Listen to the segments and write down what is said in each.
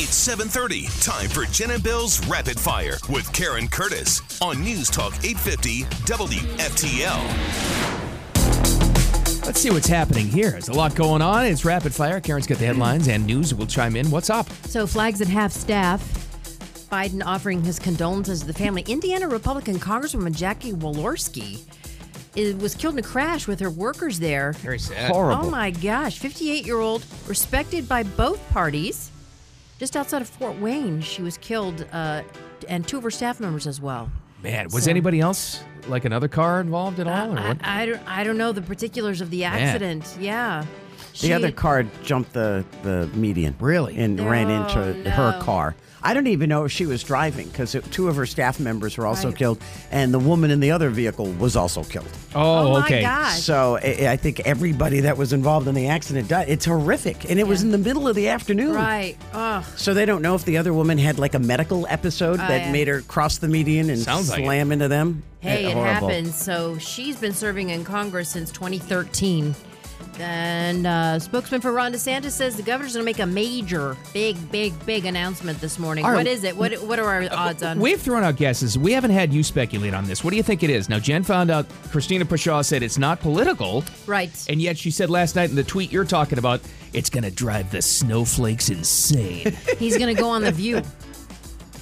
It's 7:30. Time for Jen and Bill's Rapid Fire with Karen Curtis on News Talk 850 WFTL. Let's see what's happening here. There's a lot going on. It's rapid fire. Karen's got the headlines and news. We'll chime in. What's up? So, flags at half staff. Biden offering his condolences to the family. Indiana Republican Congresswoman Jackie Walorski is, was killed in a crash with her workers there. Very sad. Horrible. Oh my gosh, 58 year old, respected by both parties. Just outside of Fort Wayne, she was killed, uh, and two of her staff members as well. Man, was anybody else like another car involved at all, or I, what? I, don't, I don't know the particulars of the accident. Yeah. The She- other car jumped the, the median. Really? And ran into No, her no. car. I don't even know if she was driving because two of her staff members were also Right. killed, and the woman in the other vehicle was also killed. oh, my okay. gosh. So I, I think everybody that was involved in the accident died. It's horrific. And it was in the middle of the afternoon. Right. Ugh. So they don't know if the other woman had like a medical episode that yeah. made her cross the median and Sounds like slam into them. Hey, Eh, it horrible. happens. So she's been serving in Congress since 2013. And uh, spokesman for Ron DeSantis says the governor's going to make a major, big, big, big announcement this morning. All right. What is it? What What are our odds on? We've thrown out guesses. We haven't had you speculate on this. What do you think it is? Now, Jen found out Christina Pashaw said it's not political, right. and yet she said last night in the tweet you're talking about, it's going to drive the snowflakes insane. He's going to go on the View.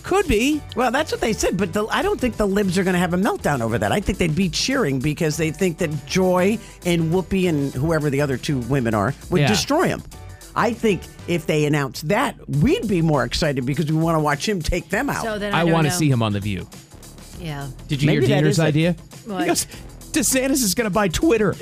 Could be. Well, that's what they said, but the, I don't think the libs are going to have a meltdown over that. I think they'd be cheering because they think that Joy and Whoopi and whoever the other two women are would Yeah. destroy him. I think if they announced that, we'd be more excited because we want to watch him take them out. So then I, I don't want to know. see him on The View. Yeah. Did you hear Maybe that Diener's is it. idea? What? He goes, DeSantis is going to buy Twitter.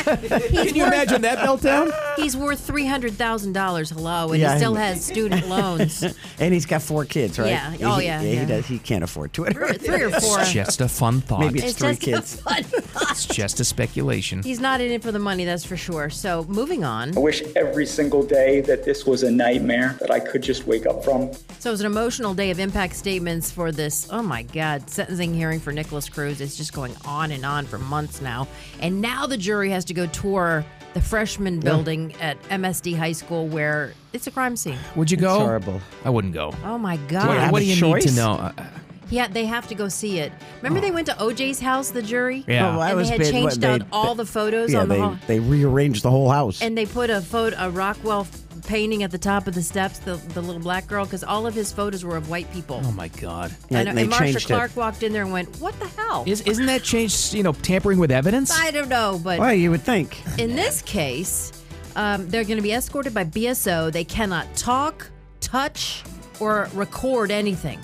Can you imagine that meltdown? He's worth three hundred thousand dollars. Hello, and Yeah, he he still would. has student loans. and he's got four kids, right? Yeah. Oh, he, yeah, yeah. He, does, he can't afford Twitter. Three- Three or four. It's just a fun thought. Maybe it's, It's three just kids. fun. It's just a speculation. He's not in it for the money, that's for sure. So moving on. I wish every single day that this was a nightmare that I could just wake up from. So it was an emotional day of impact statements for this. Oh my God, sentencing hearing for Nicholas Cruz is just going on and on for months now, and now the jury has to go tour the freshman building at MSD High School where it's a crime scene. Would you go? horrible. I wouldn't go. Oh my What, God! what a do you need choice? to know? Uh, uh, Yeah, they have to go see it. Remember, they went to OJ's house, the jury. Yeah. Oh, And I they was had bid- changed what, they- out all the photos Yeah, on the they, hall. they rearranged the whole house. And they put a photo, a Rockwell painting at the top of the steps, the, the little black girl, because all of his photos were of white people. oh my God. Yeah, and, they and Marsha changed it. Clark walked in there and went, "What the hell?" Is, isn't that changed, you know, tampering with evidence? I don't know, but well, you would think. in this case, um, they're going to be escorted by BSO. They cannot talk, touch, or record anything.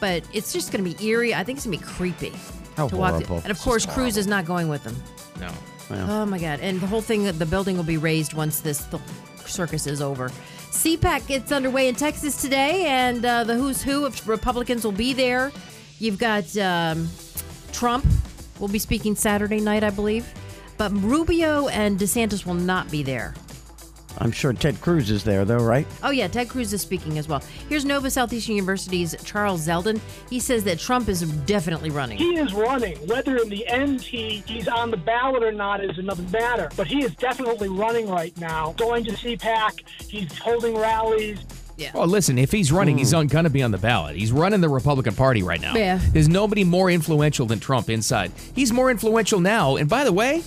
But it's just going to be eerie. I think it's going to be creepy. How to walk through. horrible. And of course, Cruz is not going with them. No. Oh my God. And the whole thing, the building will be raised once this th- circus is over. CPAC gets underway in Texas today, and uh, the who's who of Republicans will be there. You've got um, Trump will be speaking Saturday night, I believe. But Rubio and DeSantis will not be there. I'm sure Ted Cruz is there, though, right? Oh, yeah, Ted Cruz is speaking as well. Here's Nova Southeastern University's Charles Zeldin. He says that Trump is definitely running. He is running. Whether in the end he, he's on the ballot or not is another matter. But he is definitely running right now. Going to CPAC, he's holding rallies. Well, Oh, listen, if he's running, he's on, gonna be on the ballot. He's running the Republican Party right now. Yeah. There's nobody more influential than Trump inside. He's more influential now, and by the way,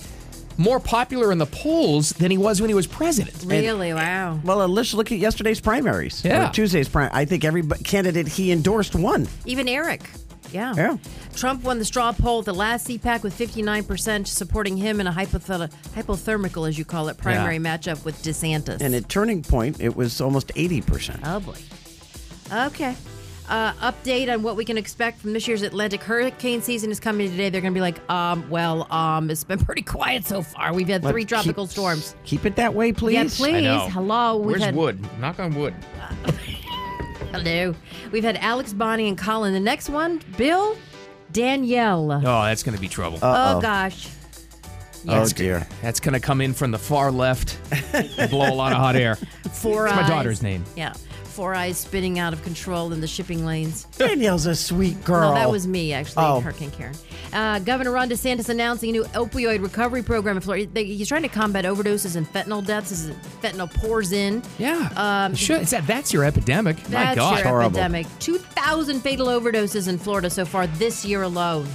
more popular in the polls than he was when he was president. Really? Wow. Well, uh, let's look at yesterday's primaries. Yeah. Or Tuesday's primary. I think every bu- candidate he endorsed won. Even Eric. Yeah. Yeah. Trump won the straw poll at the last CPAC with 59% supporting him in a hypothet- hypothermical, as you call it, primary matchup with DeSantis. And at Turning Point, it was almost 80%. oh, boy. Okay. Uh, update on what we can expect from this year's Atlantic hurricane season is coming today. They're going to be like, um, well, um, it's been pretty quiet so far. We've had But three tropical keep- storms. Keep it that way, please. Yeah, please. I know. Hello. We've Where's had, wood? Knock on wood. Hello. We've had Alex, Bonnie, and Colin. The next one, Bill, Danielle. Oh, that's gonna be trouble. Uh, Oh, gosh. Oh, dear. That's going to come in from the far left and blow a lot of hot air. Four It's eyes. my daughter's name. Yeah. Four eyes spinning out of control in the shipping lanes. Danielle's a sweet girl. No, that was me, actually, Oh. Hurricane Karen. Uh, Governor Ron DeSantis announcing a new opioid recovery program in Florida. They- He's trying to combat overdoses and fentanyl deaths as fentanyl pours in. Yeah. Um, sure. It's that, that's your epidemic. my That's God. your epidemic. 2,000 fatal overdoses in Florida so far this year alone.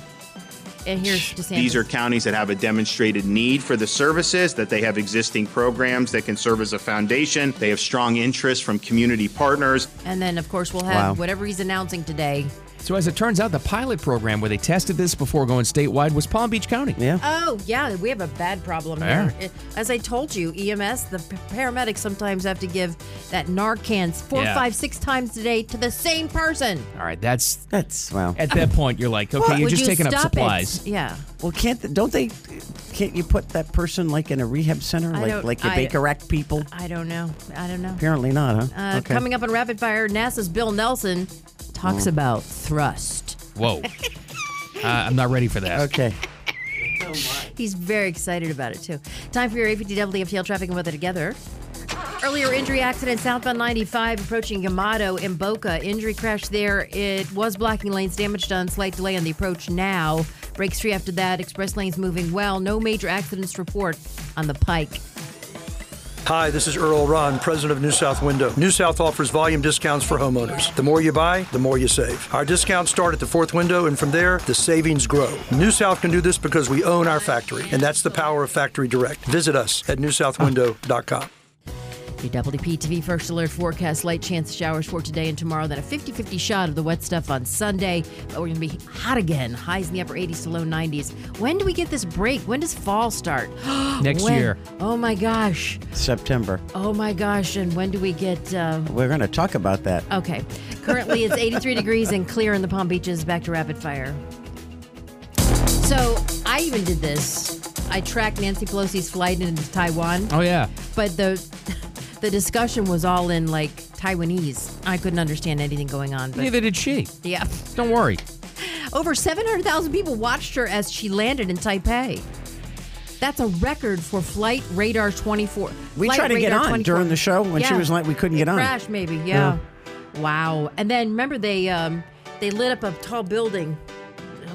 And here's DeSantis. These are counties that have a demonstrated need for the services, that they have existing programs that can serve as a foundation. They have strong interest from community partners. and then, of course, we'll have Wow. whatever he's announcing today. So as it turns out, the pilot program where they tested this before going statewide was Palm Beach County. Yeah. Oh, yeah, we have a bad problem Yeah. here. I- As I told you, EMS, the p- paramedics sometimes have to give that Narcan four, Yeah. five, six times a day to the same person. All right. That's That's wow. at that point you're like, okay, you're Would just you taking up stop it? supplies. Yeah. Well, can't don't they? Can't you put that person like in a rehab center, I like don't- like your I- Baker Act people? I don't know. I don't know. Apparently not, huh? Uh, Coming up on Rapid Fire, NASA's Bill Nelson talks Mm. about thrust. Whoa. uh, I'm not ready for that. Okay. He's very excited about it, too. Time for your APTW FTL traffic and weather together. Earlier injury accident southbound 95 approaching Yamato in Boca. Injury crash there. It was blocking lanes, damage done, slight delay on the approach now. Breaks free after that. Express lanes moving well. No major accidents report on the pike. Hi, this is Earl Ron, president of New South Window. New South offers volume discounts for homeowners. The more you buy, the more you save. Our discounts start at the fourth window, and from there, the savings grow. New South can do this because we own our factory, and that's the power of Factory Direct. Visit us at newsouthwindow.com. Your WPTV First Alert forecast light chance showers for today and tomorrow, then a 50 50 shot of the wet stuff on Sunday. But we're going to be hot again. Highs in the upper 80s to low 90s. When do we get this break? When does fall start? Next When? year. Oh my gosh. September. Oh my gosh. And when do we get. Uh, We're going to talk about that. okay. Currently it's 83 degrees and clear in the Palm Beaches. Back to rapid fire. So I even did this. I tracked Nancy Pelosi's flight into Taiwan Oh yeah. but the the discussion was all in like Taiwanese. I couldn't understand anything going on. But Neither did she. yeah, Don't worry. over seven hundred thousand people watched her as she landed in Taipei. That's a record for Flight Radar 24. We Flight tried to get Radar on 24. during the show when she was like, we couldn't It get on. Crashed maybe. Yeah. Wow. And then remember they um, they lit up a tall building.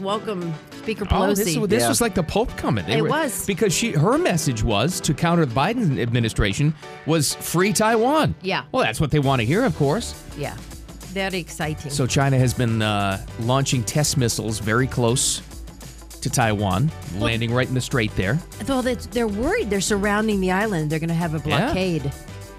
Welcome Speaker Pelosi. Oh, this, was- this Yeah. was like the Pope coming. They It were- was. because she her message was to counter the Biden administration was free Taiwan. Yeah. Well, that's what they want to hear, of course. yeah. Very exciting. So China has been uh, launching test missiles very close to Taiwan, landing right in the strait there. Well, that's- they're worried they're surrounding the island. They're going to have a Yeah. blockade.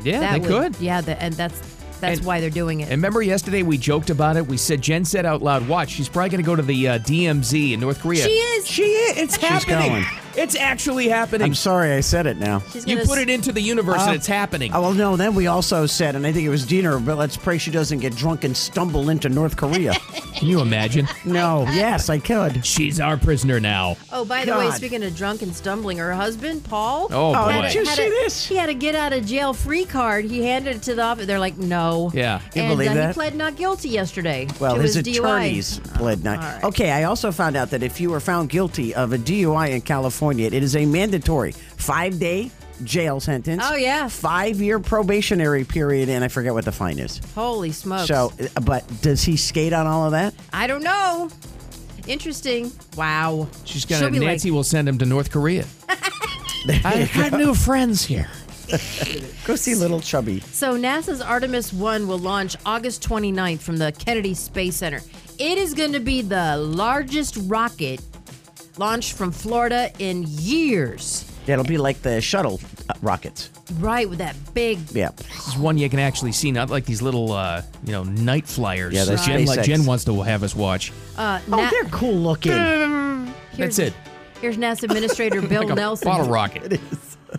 Yeah, that they would, could. Yeah, the, and that's that's And- why they're doing it. And remember yesterday we joked about it. We said Jen said out loud, "Watch, she's probably going to go to the uh, DMZ in North Korea." she is. She is. It's happening. going. It's actually happening. I'm sorry I said it now. She's you gonna put s- it into the universe Uh, and it's happening. Oh, well, no, then we also said, and I think it was Diener, but let's pray she doesn't get drunk and stumble into North Korea. Can you imagine? no, yes, I could. She's our prisoner now. Oh, by the way, God. speaking of drunk and stumbling, her husband Paul. Oh, Oh, boy. did you see a, this? He had a get out of jail free card. He handed it to the office. They're like, no. Yeah. You and believe uh, he that? pled not guilty yesterday. Well, to his, his, attorneys DUI. pled not. Oh, all right. Okay, I also found out that if you are found guilty of a DUI in California, it is a mandatory five day jail sentence. Oh, yeah. Five year probationary period, and I forget what the fine is. Holy smokes! So, uh, but does he skate on all of that? I don't know. Interesting. Wow. She's She'll gonna. be Nancy like, will send him to North Korea. I got new friends here. Go see Little Chubby. So NASA's Artemis 1 will launch August 29th from the Kennedy Space Center. It is going to be the largest rocket launched from Florida in years. It'll be like the shuttle uh, rockets. Right with that big Yeah. This is one you can actually see, not like these little, uh, you know, night flyers. Yeah, that that's Jen, like SpaceX. Jen wants to have us watch. uh Oh, Na- they're cool looking. here's- That's it. Here's NASA Administrator Bill Like a Nelson. bottle rocket. Oh,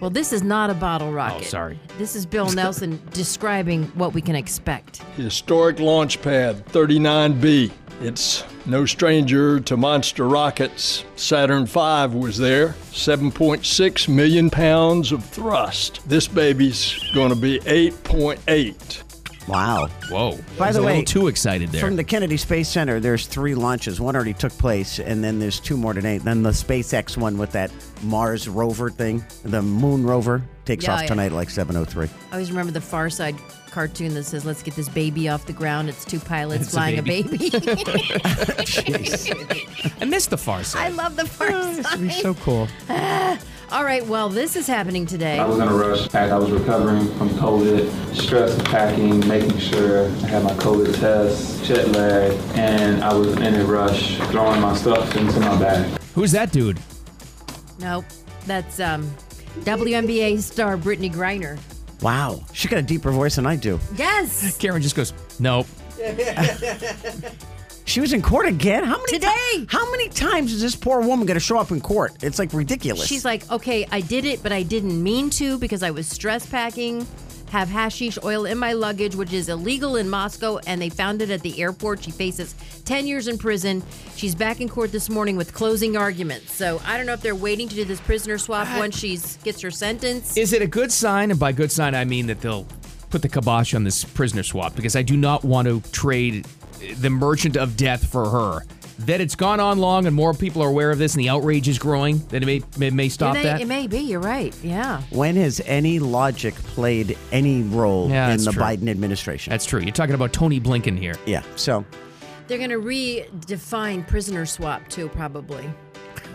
Well, this is not a bottle rocket. sorry. This is Bill Nelson describing what we can expect. Historic Launch Pad 39B. It's no stranger to monster rockets. Saturn V was there, 7.6 million pounds of thrust. This baby's going to be 8.8. Wow. Whoa. By I was the a way, little too excited there. From the Kennedy Space Center, there's three launches. One already took place, and then there's two more today. Then the SpaceX one with that Mars rover thing, the Moon rover, takes Yeah, off yeah. tonight at like 7:03. I always remember the Far Side cartoon that says, "Let's get this baby off the ground." It's two pilots It's a flying a baby. I missed the far side. I love the Far Oh, Side. cool. All right, well, this is happening today. I was in a rush as I was recovering from COVID, stress packing, making sure I had my COVID test, jet lag, and I was in a rush throwing my stuff into my bag. Who's that dude? Nope, that's um, WNBA star Brittany Griner. Wow, she got a deeper voice than I do. Yes, Karen just goes, nope. She was in court again. How many ti- Today! how many times is this poor woman going to show up in court? It's like ridiculous. she's like, "Okay, I did it, but I didn't mean to because I was stress packing." Have hashish oil in my luggage, which is illegal in Moscow, and they found it at the airport. She faces 10 years in prison. She's back in court this morning with closing arguments. So I don't know if they're waiting to do this prisoner swap once she gets her sentence. Is it a good sign? And by good sign, I mean that they'll put the kibosh on this prisoner swap because I do not want to trade the merchant of death for her. That it's gone on long and more people are aware of this and the outrage is growing, then it may, may, may stop it may, that. It may be. You're right. Yeah. when has any logic played any role Yeah, in that's the true. Biden administration? That's true. You're talking about Tony Blinken here. yeah. So They're going to redefine prisoner swap too, probably.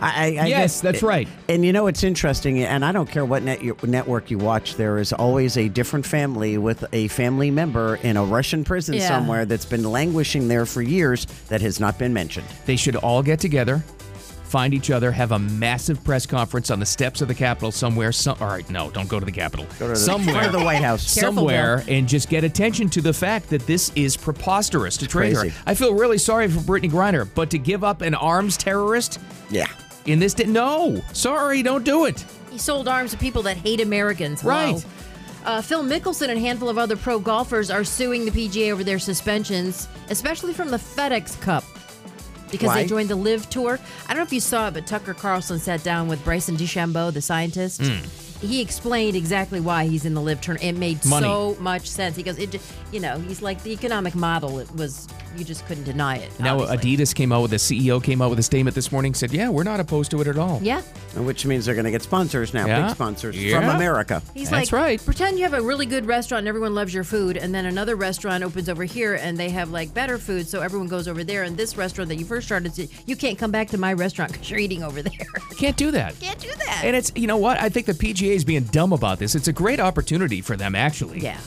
I, I, I Yes, guess, that's right. And you know it's interesting, and I don't care what net you, network you watch, there is always a different family with a family member in a Russian prison Yeah. somewhere that's been languishing there for years that has not been mentioned. They should all get together, find each other, have a massive press conference on the steps of the Capitol somewhere. Some, all right, no, don't go to the Capitol. Go to the- somewhere. go to the White House. Careful, somewhere and just get attention to the fact that this is preposterous to trade her. crazy. I feel really sorry for Brittany Griner, but to give up an arms terrorist Yeah. in this day, no, sorry, don't do it. He sold arms to people that hate Americans. Hello. Right. Uh, Phil Mickelson and a handful of other pro golfers are suing the PGA over their suspensions, especially from the FedEx Cup. Because Why? they joined the Live Tour. I don't know if you saw it, but Tucker Carlson sat down with Bryson DeChambeau, the scientist. Hmm. He explained exactly why he's in the Live Tour. It made Money. so much sense. He goes, it, ju- you know, he's like the economic model. It was you just couldn't deny it. Now obviously. Adidas came out with the CEO came out with a statement this morning said, yeah, we're not opposed to it at all. Yeah. Which means they're going to get sponsors now, Yeah. big sponsors from Yeah. America. He's That's like, right. pretend you have a really good restaurant and everyone loves your food, and then another restaurant opens over here and they have like better food, so everyone goes over there. And this restaurant that you first started, to, you can't come back to my restaurant because you're eating over there. Can't do that. can't do that. And it's you know what? I think the PGA is being dumb about this. It's a great opportunity for them actually. yeah.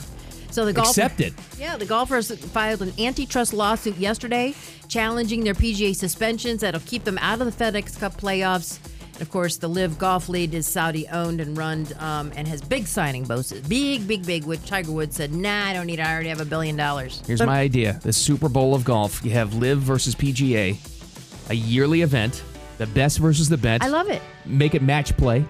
So the golfer, Accept it. Yeah, the golfers filed an antitrust lawsuit yesterday, challenging their PGA suspensions that'll keep them out of the FedEx Cup playoffs. And of course, the Live Golf League is Saudi owned and run, um, and has big signing bonuses, big, big, big. Which Tiger Woods said, "Nah, I don't need it. I already have a billion dollars." Here's my idea the Super Bowl of golf. You have Live versus PGA, a yearly event, the best versus the best. I love it. Make it match play,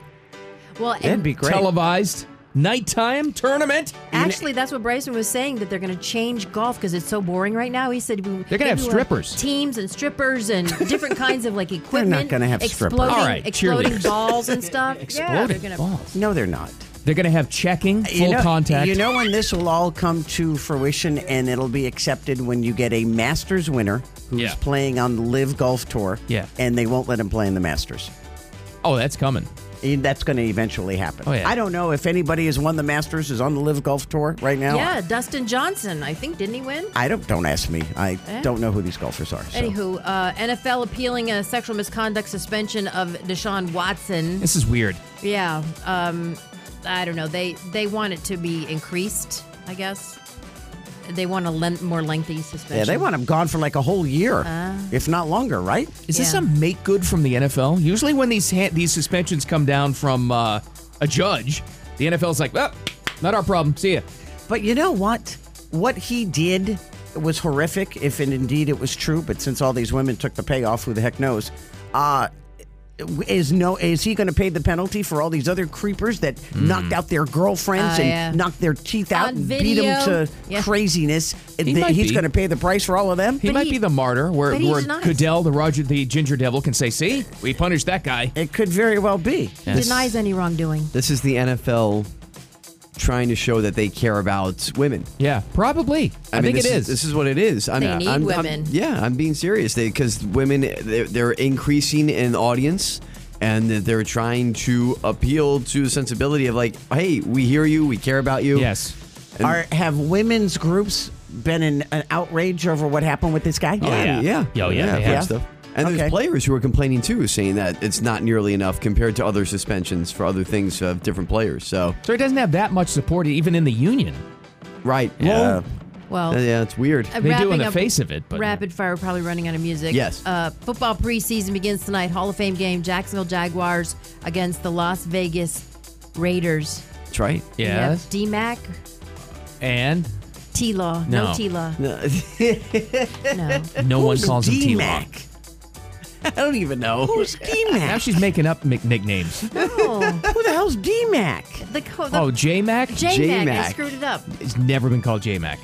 Well, That'd and be great. televised, nighttime tournament. actually, that's what Bryson was saying that they're going to change golf because it's so boring right now. He said we, They're gonna have maybe we'll strippers. teams and strippers, and different kinds of like equipment. gonna have strippers. exploding, All right, exploding cheerleaders. balls and stuff. yeah, they're Exploding gonna, balls. No, they're not. They're going to have checking, full you know, contact. You know when this will all come to fruition and it'll be accepted when you get a Masters winner who's Yeah. playing on the Live Golf Tour Yeah. and they won't let him play in the Masters. oh, that's coming. And Eh, that's going to eventually happen. Oh, yeah. I don't know if anybody has won the Masters is on the Live Golf Tour right now. yeah, Dustin Johnson, I think, didn't he win? I don't don't ask me. I don't know who these golfers are. So. Anywho, uh, NFL appealing a sexual misconduct suspension of Deshaun Watson. This is weird. Yeah, um, I don't know. They they want it to be increased, I guess. They want a len- more lengthy suspension. yeah, they want him gone for like a whole year, if not longer, right? Is this Ah. Yeah. a make good from the NFL? Usually, when these ha- these suspensions come down from uh, a judge, the NFL's like, well, not our problem. See ya. But you know what? What he did was horrific, if and indeed it was true. But since all these women took the payoff, who the heck knows? Uh, is no is he going to pay the penalty for all these other creepers that Hmm. knocked out their girlfriends Oh, Uh, and yeah. knocked their teeth out On and beat them video. to Yeah. craziness? Th- might he's be. going to pay the price for all of them. He might he- be the martyr where, but he's where nice. Goodell, the Roger, the Ginger Devil, can say, "See, we punished that guy." It could very well be. denies any wrongdoing. This is the NFL trying to show that they care about women. Yeah, probably. I think this it is. This is what it is. I'm, They need I'm- I'm- women. yeah, I'm being serious. Because women, they're, they're increasing in audience, and that they're trying to appeal to the sensibility of like, hey, we hear you, we care about you. Yes. Are have women's groups been in an outrage over what happened with this guy? Oh, yeah, Oh, yeah, yeah. fun stuff. And Okay. there's players who are complaining too, saying that it's not nearly enough compared to other suspensions for other things of different players. So, So it doesn't have that much support even in the union. right, Yeah. Well, yeah, it's weird. Uh, wrapping up- rapid fire, probably running out of music. Yes. Uh, football preseason begins tonight. Hall of Fame game: Jacksonville Jaguars against the Las Vegas Raiders. that's right. We have D-Mac, And T-Law, no, No. T-Law, no. no one Who's calls him T Law. D-Mac? I don't even know. Who's D Now she's making up Mc- nicknames. Who the hell's D Mac? Oh, The, co- the Oh, J Mac? J-Mac. I screwed it up. It's never been called J Mac.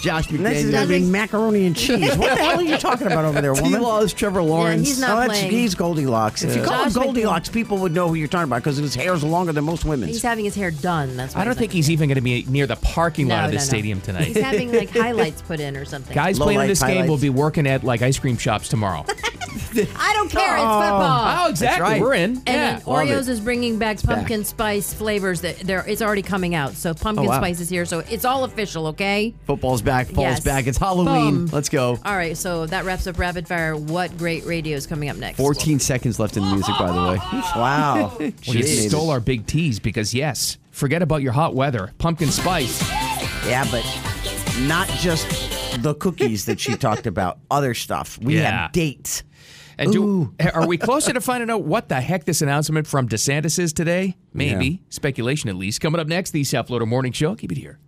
Josh McDaniels. This is gonna be macaroni and cheese. What the hell are you talking about over there, woman? T-Law is Trevor Lawrence. Oh, he's not playing. He's Goldilocks. Uh, If you Yeah. call him Josh McDaniels. Goldilocks, people would know who you're talking about because his hair's longer than most women's. He's having his hair done. That's why I don't he's think he's even going to be near the parking like, lot no, of no, this no. stadium tonight. He's having like highlights put in or something. Guys playing in this game will be working at like ice cream shops tomorrow. I don't care. It's football. Oh, exactly. right. We're in. And yeah. then Oreos is bringing back pumpkin spice flavors. That there, it's already coming out. So pumpkin Oh, wow. spice is here. So it's all official. Okay. Football's back, fall's Yes. back. It's Halloween. Boom. Let's go. All right. So that wraps up rapid fire. What great radio is coming up next? 14 seconds left in the music, by the way. Wow. Well, you stole our big tease because yes, forget about your hot weather, pumpkin spice. Yeah, but not just the cookies that she talked about, other stuff. We Yeah. have dates. And do, are we closer to finding out what the heck this announcement from DeSantis is today? Maybe speculation at least. Coming up next, the South Florida Morning Show. Keep it here.